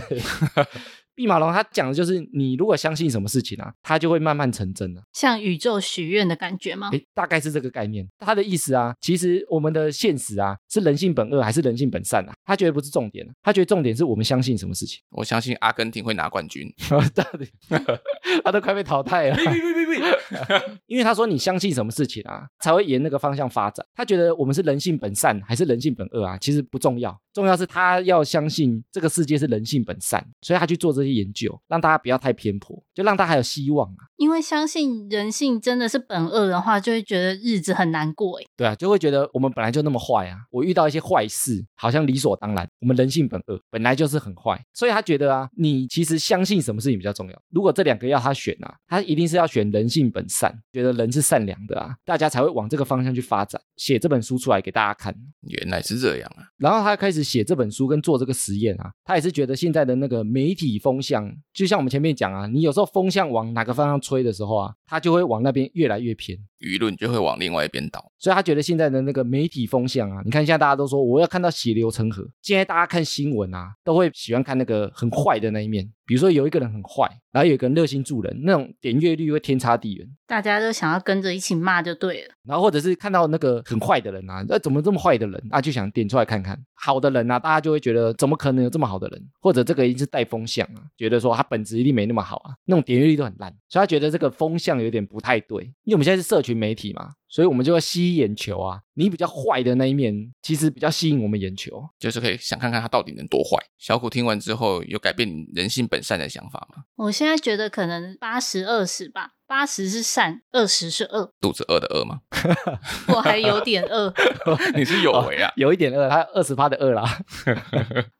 毕马龙他讲的就是，你如果相信什么事情啊，它就会慢慢成真啊。向宇宙许愿的感觉吗？诶，大概是这个概念。他的意思啊，其实我们的现实啊，是人性本恶还是人性本善啊？他觉得不是重点、啊，他觉得重点是我们相信什么事情。 我相信阿根廷会拿冠军。到底他都快被淘汰了，因为他说你相信什么事情啊，才会沿那个方向发展。他觉得我们是人性本善还是人性本恶啊，其实不重要，重要是他要相信这个世界是人性本善，所以他去做这些研究，让大家不要太偏颇，就让大家还有希望啊。因为相信人性真的是本恶的话，就会觉得日子很难过。哎，对啊，就会觉得我们本来就那么坏啊，我遇到一些坏事，好像理所当然。我们人性本恶，本来就是很坏，所以他觉得啊，你其实相信什么事情比较重要？如果这两个要他选啊，他一定是要选人性本善，觉得人是善良的啊，大家才会往这个方向去发展。写这本书出来给大家看， 原来是这样啊！然后他开始写这本书跟做这个实验啊，他也是觉得现在的那个媒体风向，就像我们前面讲啊，你有时候风向往哪个方向吹的时候啊，它就会往那边越来越偏。舆论就会往另外一边倒。所以他觉得现在的那个媒体风向啊，你看现在大家都说我要看到血流成河，现在大家看新闻啊，都会喜欢看那个很坏的那一面，比如说有一个人很坏，然后有一个人热心助人，那种点阅率会天差地远。大家都想要跟着一起骂就对了。然后或者是看到那个很坏的人啊，那、怎么这么坏的人啊，就想点出来看看。好的人啊，大家就会觉得怎么可能有这么好的人，或者这个一定是带风向啊，觉得说他本质一定没那么好啊，那种点阅率都很烂，所以他觉得这个风向有点不太对。因为我们现在是社群媒体嘛，所以我们就要吸眼球啊。你比较坏的那一面，其实比较吸引我们眼球。就是可以想看看他到底能多坏。小苦听完之后，有改变你人性本善的想法吗？ 我现在觉得可能八十二十吧，八十是善，二十是恶。肚子饿的饿吗？ 我还有点饿， 你是有为啊哦！有一点饿，他二十趴的饿啦。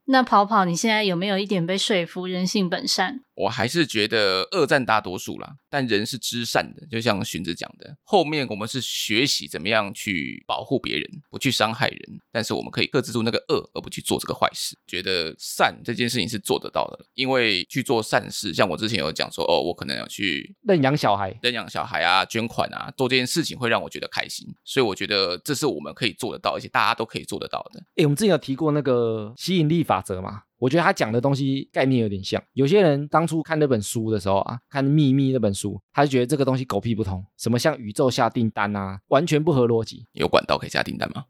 那跑跑，你现在有没有一点被说服人性本善？我还是觉得恶占大多数啦，但人是知善的，就像荀子讲的，后面我们是学习怎么样去保护别人，不去伤害人，但是我们可以克制住那个恶，而不去做这个坏事。觉得善这件事情是做得到的，因为去做善事，像我之前有讲说，哦，我可能要去认养小孩，认养小孩啊、捐款啊，做这件事情会让我觉得开心，所以我觉得这是我们可以做得到，而且大家都可以做得到的。诶，我们之前有提过那个吸引力法则嘛，我觉得他讲的东西概念有点像。有些人当初看那本书的时候啊，看《秘密》那本书，他就觉得这个东西狗屁不通，什么向宇宙下订单啊，完全不合逻辑。有管道可以下订单吗？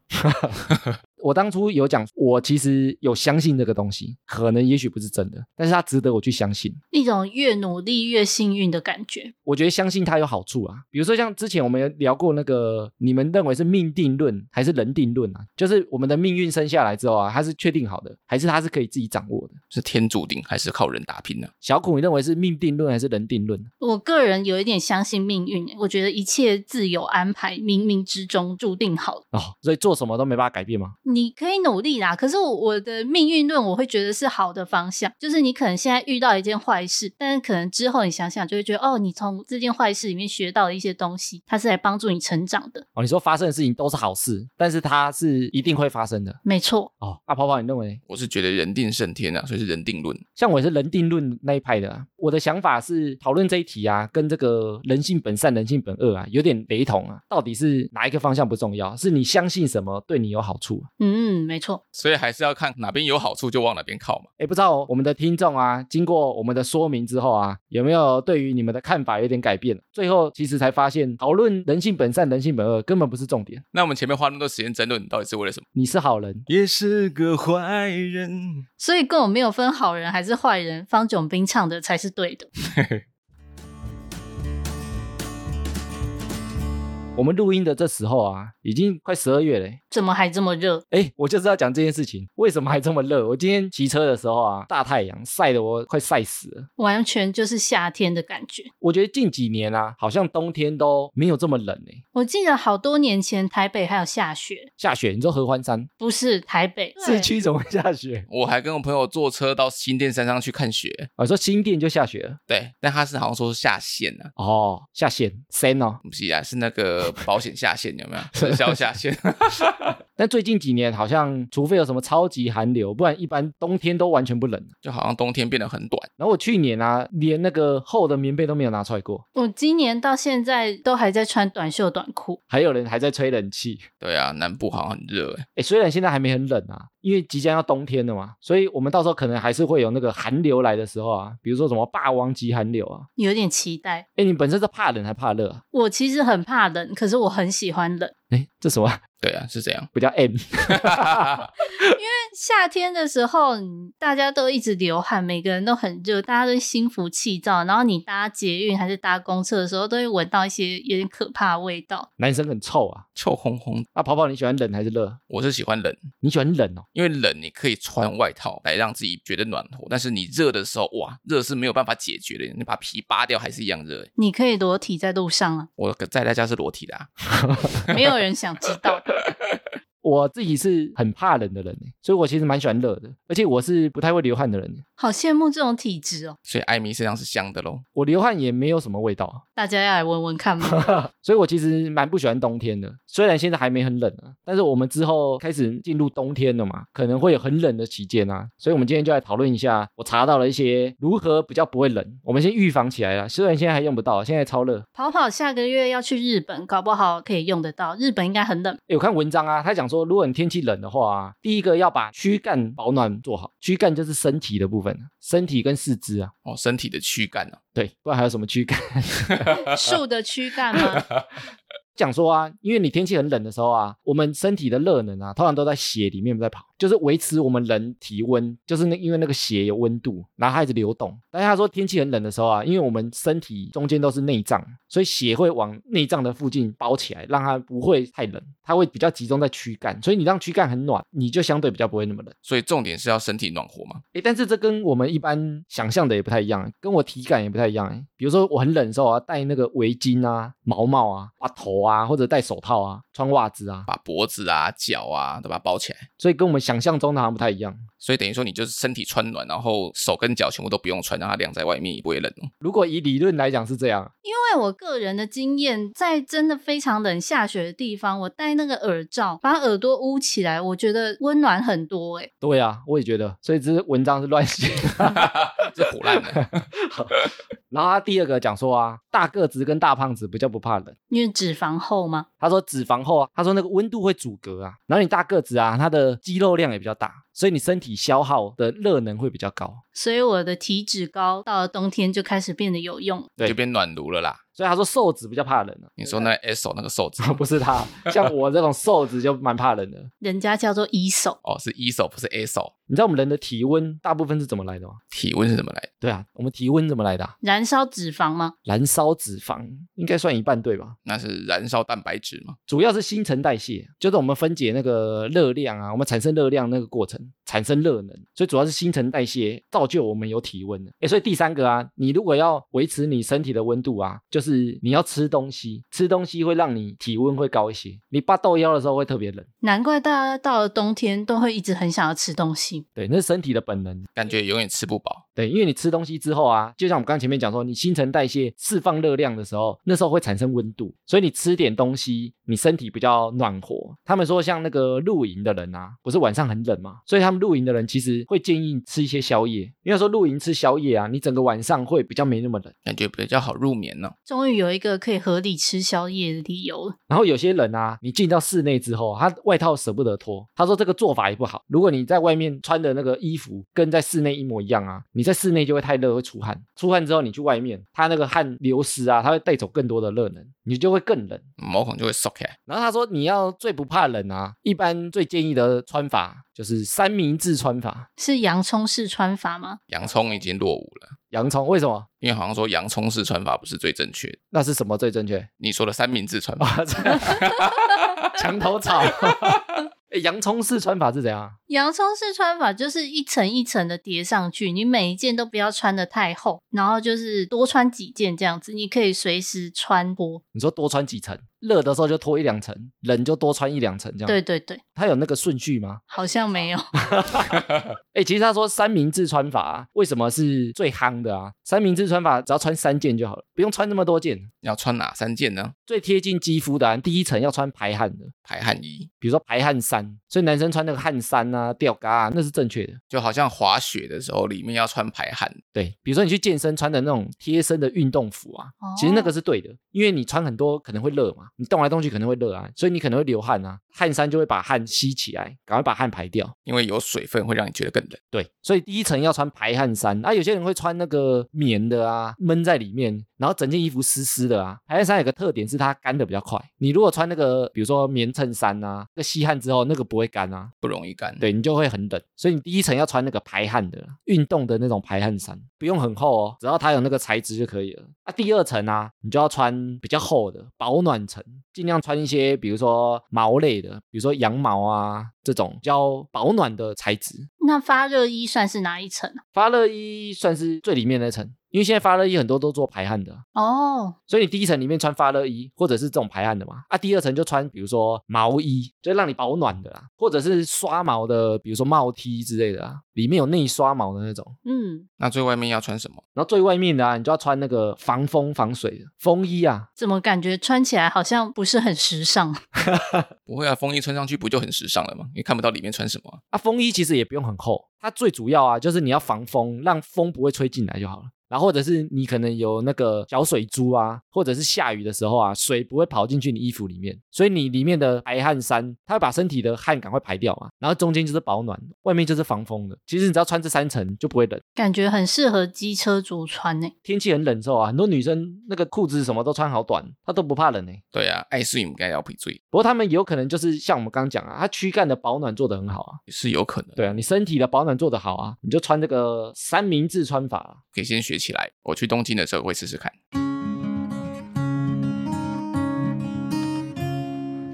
我当初有讲，我其实有相信这个东西，可能也许不是真的，但是它值得我去相信。一种越努力越幸运的感觉。我觉得相信它有好处啊，比如说像之前我们有聊过那个，你们认为是命定论还是人定论啊？就是我们的命运生下来之后啊，它是确定好的，还是它是可以自己掌握的？是天注定还是靠人打拼呢、小苦，你认为是命定论还是人定论？我个人有一点相信命运，欸我觉得一切自有安排，冥冥之中注定好。哦，所以做什么都没办法改变吗？你可以努力啦，可是我我的命运论我会觉得是好的方向，就是你可能现在遇到一件坏事，但是可能之后你想想就会觉得，哦，你从这件坏事里面学到了一些东西，它是来帮助你成长的。哦，你说发生的事情都是好事，但是它是一定会发生的。没错，哦，啊，跑跑，你认为？我是觉得人定胜天啊，所以是人定论。像我也是人定论那一派的、啊，我的想法是讨论这一题啊，跟这个人性本善、人性本恶啊有点雷同啊。到底是哪一个方向不重要，是你相信什么对你有好处、啊。嗯，没错。所以还是要看哪边有好处就往哪边靠嘛。哎，不知道我们的听众啊，经过我们的说明之后啊，有没有对于你们的看法有点改变？最后其实才发现，讨论人性本善、人性本恶根本不是重点。那我们前面花那么多时间争论，到底是为了什么？你是好人，也是个坏人。所以跟我没有分好人还是坏人，方炯斌唱的才是对的。我们录音的这时候啊，已经快十二月嘞。怎么还这么热？哎，我就是要讲这件事情，为什么还这么热？我今天骑车的时候啊，大太阳晒得我快晒死了。完全就是夏天的感觉。我觉得近几年啊，好像冬天都没有这么冷诶、我记得好多年前台北还有下雪，下雪，你知道合欢山不是台北市区怎么会下雪？哦我还跟我朋友坐车到新店山上去看雪，我、说新店就下雪了。对，但他是好像说是下线啊，哦，下线山哦，不是啊，是那个保险下线有没有？生肖下线， 但最近几年好像，除非有什么超级寒流，不然一般冬天都完全不冷。就好像冬天变得很短。然后我去年啊，连那个厚的棉被都没有拿出来过，我今年到现在都还在穿短袖短裤。还有人还在吹冷气。对啊，南部好像很热欸，哎，虽然现在还没很冷啊，因为即将要冬天了嘛，所以我们到时候可能还是会有那个寒流来的时候啊，比如说什么霸王级寒流啊。有点期待。哎，你本身是怕冷还怕热啊？我其实很怕冷，可是我很喜欢冷。哎，这什么啊。对啊，是这样 不叫 M？ 夏天的时候，嗯大家都一直流汗，每个人都很热，大家都心浮气躁。然后你搭捷运还是搭公车的时候，都会闻到一些有点可怕的味道。男生很臭啊。臭烘烘，啊，跑跑，你喜欢冷还是热？我是喜欢冷，你喜欢冷哦。因为冷你可以穿外套来让自己觉得暖和，但是你热的时候，哇，热是没有办法解决的，你把皮扒掉还是一样热欸。你可以裸体在路上啊，我在大家是裸体的、啊，没有人想知道。我自己是很怕冷的人欸，所以我其实蛮喜欢热的，而且我是不太会流汗的人，欸好羡慕这种体质哦，所以艾米身上是香的喽。我流汗也没有什么味道啊。大家要来闻闻看吗？所以我其实蛮不喜欢冬天的，虽然现在还没很冷啊，但是我们之后开始进入冬天了嘛，可能会有很冷的期间啊，所以我们今天就来讨论一下，我查到了一些如何比较不会冷，我们先预防起来啦。虽然现在还用不到，现在超热。跑跑下个月要去日本，搞不好可以用得到。日本应该很冷，诶我看文章啊，他讲说，如果你天气冷的话、啊，第一个要把躯干保暖做好，躯干就是身体的部分，啊身体跟四肢啊，哦，身体的躯干哦，对，不然还有什么躯干？树的躯干吗？讲说啊，因为你天气很冷的时候啊，我们身体的热能啊，通常都在血里面在跑，就是维持我们人体温，就是那因为那个血有温度，然后它一直流动。但是他说天气很冷的时候啊，因为我们身体中间都是内脏，所以血会往内脏的附近包起来，让它不会太冷，它会比较集中在躯干，所以你让躯干很暖，你就相对比较不会那么冷。所以重点是要身体暖和嘛。诶，但是这跟我们一般想象的也不太一样，欸跟我体感也不太一样。诶，比如说我很冷的时候啊，戴那个围巾啊、毛毛啊、把头啊啊，或者戴手套啊，穿袜子啊，把脖子啊、脚啊都把它包起来。所以跟我们想象中的好像不太一样。所以等于说，你就是身体穿暖，然后手跟脚全部都不用穿，让它晾在外面也不会冷哦。如果以理论来讲是这样，因为我个人的经验，在真的非常冷下雪的地方，我戴那个耳罩，把耳朵捂起来，我觉得温暖很多、欸。哎，对啊，我也觉得，所以这文章是乱写。这腐烂的， 然后他第二个讲说啊，大个子跟大胖子比较不怕冷。因为脂肪厚吗？他说脂肪厚啊，他说那个温度会阻隔啊，然后你大个子啊，它的肌肉量也比较大，所以你身体消耗的热能会比较高。所以我的体脂高到了冬天就开始变得有用了。对就变暖炉了啦。所以他说瘦子比较怕冷啊，你说那 S 手那个瘦子不是他，像我这种瘦子就蛮怕冷的。人家叫做一手，哦，是 E 手不是 A 手。你知道我们人的体温大部分是怎么来的吗？体温是怎么来的？对啊，我们体温怎么来的啊、燃烧脂肪吗？燃烧脂肪应该算一半对吧？那是燃烧蛋白质吗？主要是新陈代谢，就是我们分解那个热量啊，我们产生热量那个过程产生热能，所以主要是新陈代谢造就我们有体温的。哎，所以第三个啊，你如果要维持你身体的温度啊，就是你要吃东西，吃东西会让你体温会高一些。你拔豆腰的时候会特别冷，难怪大家到了冬天都会一直很想要吃东西。对，那是身体的本能。感觉永远吃不饱。对，因为你吃东西之后啊，就像我们刚刚前面讲说，你新陈代谢释放热量的时候，那时候会产生温度，所以你吃点东西，你身体比较暖和。他们说像那个露营的人啊，不是晚上很冷嘛，所以他们露营的人其实会建议吃一些宵夜，因为说露营吃宵夜啊，你整个晚上会比较没那么冷。感觉比较好入眠呢、终于有一个可以合理吃宵夜的理由了。然后有些人啊，你进到室内之后，啊他外套舍不得脱，他说这个做法也不好。如果你在外面穿的那个衣服跟在室内一模一样啊，你在室内就会太热，会出汗。出汗之后你去外面，他那个汗流失啊，他会带走更多的热能，你就会更冷。毛孔就会缩起来。然后他说你要最不怕冷啊，一般最建议的穿法就是三明治穿法，是洋葱式穿法吗？洋葱已经落伍了，洋葱为什么？因为好像说洋葱式穿法不是最正确的。那是什么最正确？ 你说的三明治穿法，墙头草。 诶洋葱式穿法是怎样？洋葱式穿法就是一层一层的叠上去，你每一件都不要穿的太厚，然后就是多穿几件这样子，你可以随时穿脱。你说多穿几层，热的时候就脱一两层，冷就多穿一两层这样。哦对，对对，它有那个顺序吗？好像没有。哎、其实他说三明治穿法、啊、为什么是最夯的啊？三明治穿法只要穿三件就好了，不用穿那么多件。要穿哪三件呢？最贴近肌肤的、啊，第一层要穿排汗的，排汗衣，比如说排汗衫，所以男生穿那个汗衫啊、吊嘎啊，那是正确的。就好像滑雪的时候里面要穿排汗，对，比如说你去健身穿的那种贴身的运动服啊，哦其实那个是对的，因为你穿很多可能会热嘛，你动来动去可能会热啊，所以你可能会流汗啊，汗衫就会把汗吸起来，赶快把汗排掉。因为有水分会让你觉得更冷。对，所以第一层要穿排汗衫，啊，有些人会穿那个棉的啊，闷在里面，然后整件衣服湿湿的啊。排汗衫有个特点是它干的比较快，你如果穿那个比如说棉衬衫啊，那吸汗之后那个不会干啊，不容易干。，对你就会很冷，所以你第一层要穿那个排汗的运动的那种排汗衫，不用很厚哦，只要它有那个材质就可以了。啊，第二层啊，你就要穿比较厚的保暖层，尽量穿一些比如说毛类的，比如说羊毛啊这种比较保暖的材质。那发热衣算是哪一层啊？发热衣算是最里面那层，因为现在发热衣很多都做排汗的，哦，所以你第一层里面穿发热衣或者是这种排汗的嘛，啊，第二层就穿比如说毛衣，就让你保暖的啦，或者是刷毛的，比如说帽 T 之类的啊，里面有内刷毛的那种。嗯，那最外面要穿什么？然后最外面的啊，你就要穿那个防风防水的风衣啊，怎么感觉穿起来好像不是很时尚？不会啊，风衣穿上去不就很时尚了吗？你看不到里面穿什么啊、啊，风衣其实也不用很厚，它最主要啊就是你要防风，让风不会吹进来就好了。然后或者是你可能有那个小水珠啊，或者是下雨的时候啊，水不会跑进去你衣服里面，所以你里面的排汗衫，它会把身体的汗赶快排掉嘛。然后中间就是保暖，外面就是防风的。其实你只要穿这三层就不会冷。感觉很适合机车族穿呢、天气很冷的时候啊，很多女生那个裤子什么都穿好短，她都不怕冷呢、欸对啊，爱睡应该要配醉不过她们也有可能就是像我们刚刚讲啊，她躯干的保暖做得很好啊，也是有可能。对啊，你身体的保暖做得好啊，你就穿这个三明治穿法、啊。可以先学起来。我去东京的时候会试试看。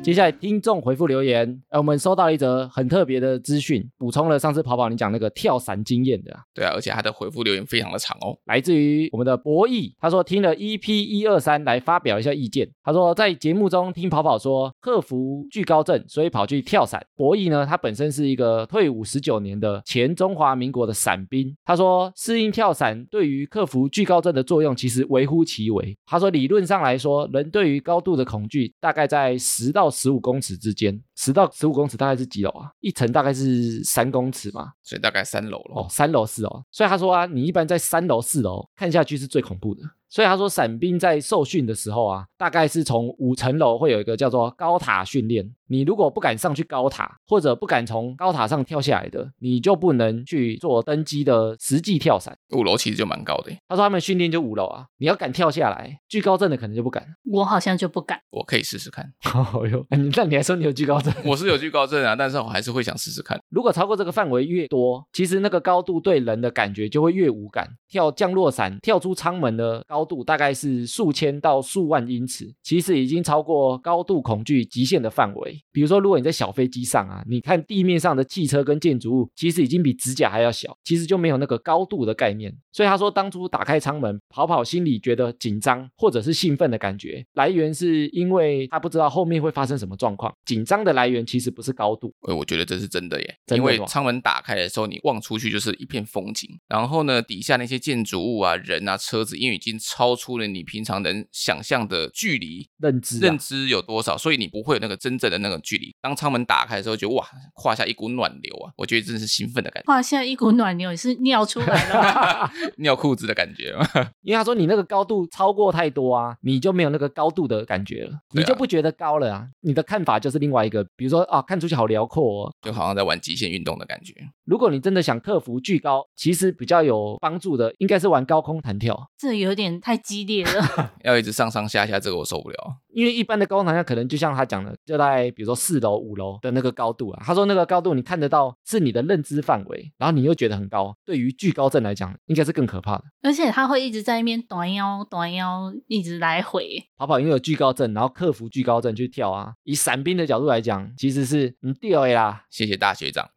接下来听众回复留言，呃，我们收到了一则很特别的资讯，补充了上次跑跑你讲那个跳伞经验的啊、对啊，而且他的回复留言非常的长哦。来自于我们的博弈，他说听了 EP 一二三来发表一下意见。他说在节目中听跑跑说克服惧高症，所以跑去跳伞。博弈呢，他本身是一个退伍十九年的前中华民国的伞兵。他说适应跳伞对于克服惧高症的作用其实微乎其微。他说理论上来说，人对于高度的恐惧大概在十到十五公尺之间，十到十五公尺大概是几楼啊？一层大概是三公尺嘛。所以大概三楼了。哦，三楼四楼，所以他说啊，你一般在三楼四楼看下去是最恐怖的。所以他说，伞兵在受训的时候啊，大概是从五层楼会有一个叫做高塔训练。你如果不敢上去高塔，或者不敢从高塔上跳下来的，你就不能去做登机的实际跳伞。五楼其实就蛮高的耶，他说他们训练就五楼啊，你要敢跳下来，惧高症的可能就不敢。我好像就不敢。我可以试试看。 哦哟，你那你还说你有惧高症？我是有惧高症啊，但是我还是会想试试看。如果超过这个范围越多，其实那个高度对人的感觉就会越无感。跳降落伞跳出舱门的高度大概是数千到数万英尺，其实已经超过高度恐惧极限的范围。比如说，如果你在小飞机上啊，你看地面上的汽车跟建筑物，其实已经比指甲还要小，其实就没有那个高度的概念。所以他说，当初打开舱门，跑跑心里觉得紧张或者是兴奋的感觉，来源是因为他不知道后面会发生什么状况。紧张的来源其实不是高度，哎，我觉得这是真的耶，真的因为吗舱门打开的时候，你望出去就是一片风景，然后呢，底下那些建筑物啊、人啊、车子，因为已经超出了你平常能想象的距离。认知、啊、认知有多少，所以你不会有那个真正的那个距离。当舱门打开的时候，觉得哇，胯下一股暖流啊，我觉得真是兴奋的感哇，现在一股暖流也是尿出来了 吗。觉，尿裤子的感觉。啊因为他说你那个高度超过太多啊，你就没有那个高度的感觉了，对啊你就不觉得高了啊。你的看法就是另外一个，比如说啊，看出去好辽阔哦。就好像在玩极限运动的感觉。如果你真的想克服巨高，其实比较有帮助的应该是玩高空弹跳，这有点太激烈了。 要一直上上下下，这个我受不了。因为一般的高空弹跳可能就像他讲的，就在比如说四楼、五楼的那个高度啊。他说那个高度你看得到是你的认知范围，然后你又觉得很高，对于巨高症来讲应该是更可怕的。而且他会一直在那边 短腰短腰，一直来回。跑跑因为有巨高症，然后克服巨高症去跳啊。以伞兵的角度来讲，其实是你掉啦，谢谢大学长，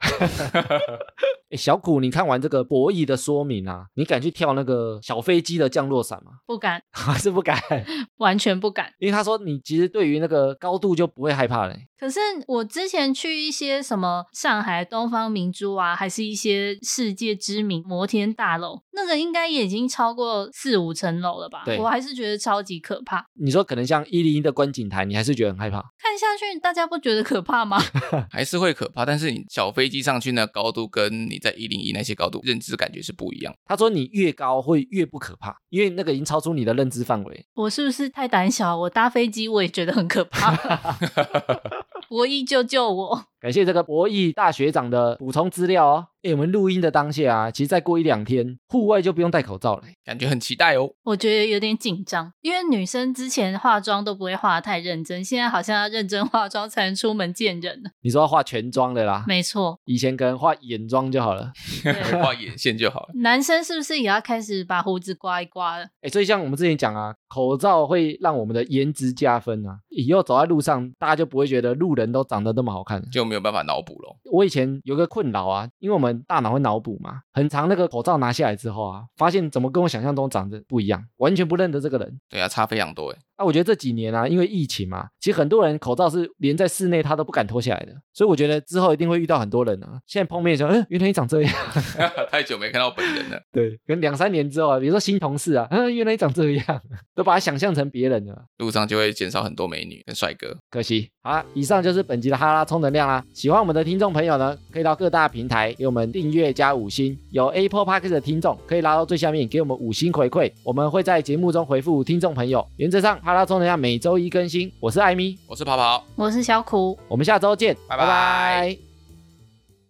诶小谷，你看完这个博弈的说明啊，你敢去跳那个小飞机的降落伞吗？ 不敢，还是不敢？ 完全不敢。因为他说你其实对于那个高度就不会害怕嘞。可是我之前去一些什么上海东方明珠啊，还是一些世界知名摩天大楼，那个应该也已经超过四五层楼了吧对？我还是觉得超级可怕。你说可能像一零一的观景台，你还是觉得很害怕。看下去，大家不觉得可怕吗？ 还是会可怕，但是你小飞机上去那高度跟你在一零一那些高度认知感觉是不一样。他说你越高会越不可怕，因为那个已经超出你的认知范围。我是不是太胆小？我搭飞机我也觉得很可怕。博弈救救我！感谢这个博弈大学长的补充资料哦。诶，我们录音的当下啊，其实再过一两天，户外就不用戴口罩了。感觉很期待哦。我觉得有点紧张，因为女生之前化妆都不会化得太认真，现在好像要认真化妆才能出门见人了。你说要化全妆的啦，没错，以前可能化眼妆就好了。对 啊画眼线就好了。男生是不是也要开始把胡子刮一刮了？哎，所以像我们之前讲啊，口罩会让我们的颜值加分啊，以后走在路上，大家就不会觉得路人都长得那么好看。就没有办法脑补咯。我以前有个困扰啊，因为我们大脑会脑补嘛，很长那个口罩拿下来之后啊，发现怎么跟我想象中长得不一样，完全不认得这个人。对啊，差非常多诶。啊，我觉得这几年啊，因为疫情嘛，其实很多人口罩是连在室内他都不敢脱下来的，所以我觉得之后一定会遇到很多人啊。现在碰面的时候，嗯，原来你长这样， 欸 太久没看到本人了。对，可能两三年之后啊，比如说新同事啊，嗯，原来你长这样， 都把他想象成别人了。啊路上就会减少很多美女跟帅哥。可惜。好啦，以上就是本集的哈拉充能量啦。喜欢我们的听众朋友呢，可以到各大平台给我们订阅加五星。有 Apple Park 的听众可以拉到最下面给我们五星回馈，我们会在节目中回复听众朋友。原则上，哈拉充能量每周一更新。我是艾米，我是跑跑，我是小苦，我们下周见，拜拜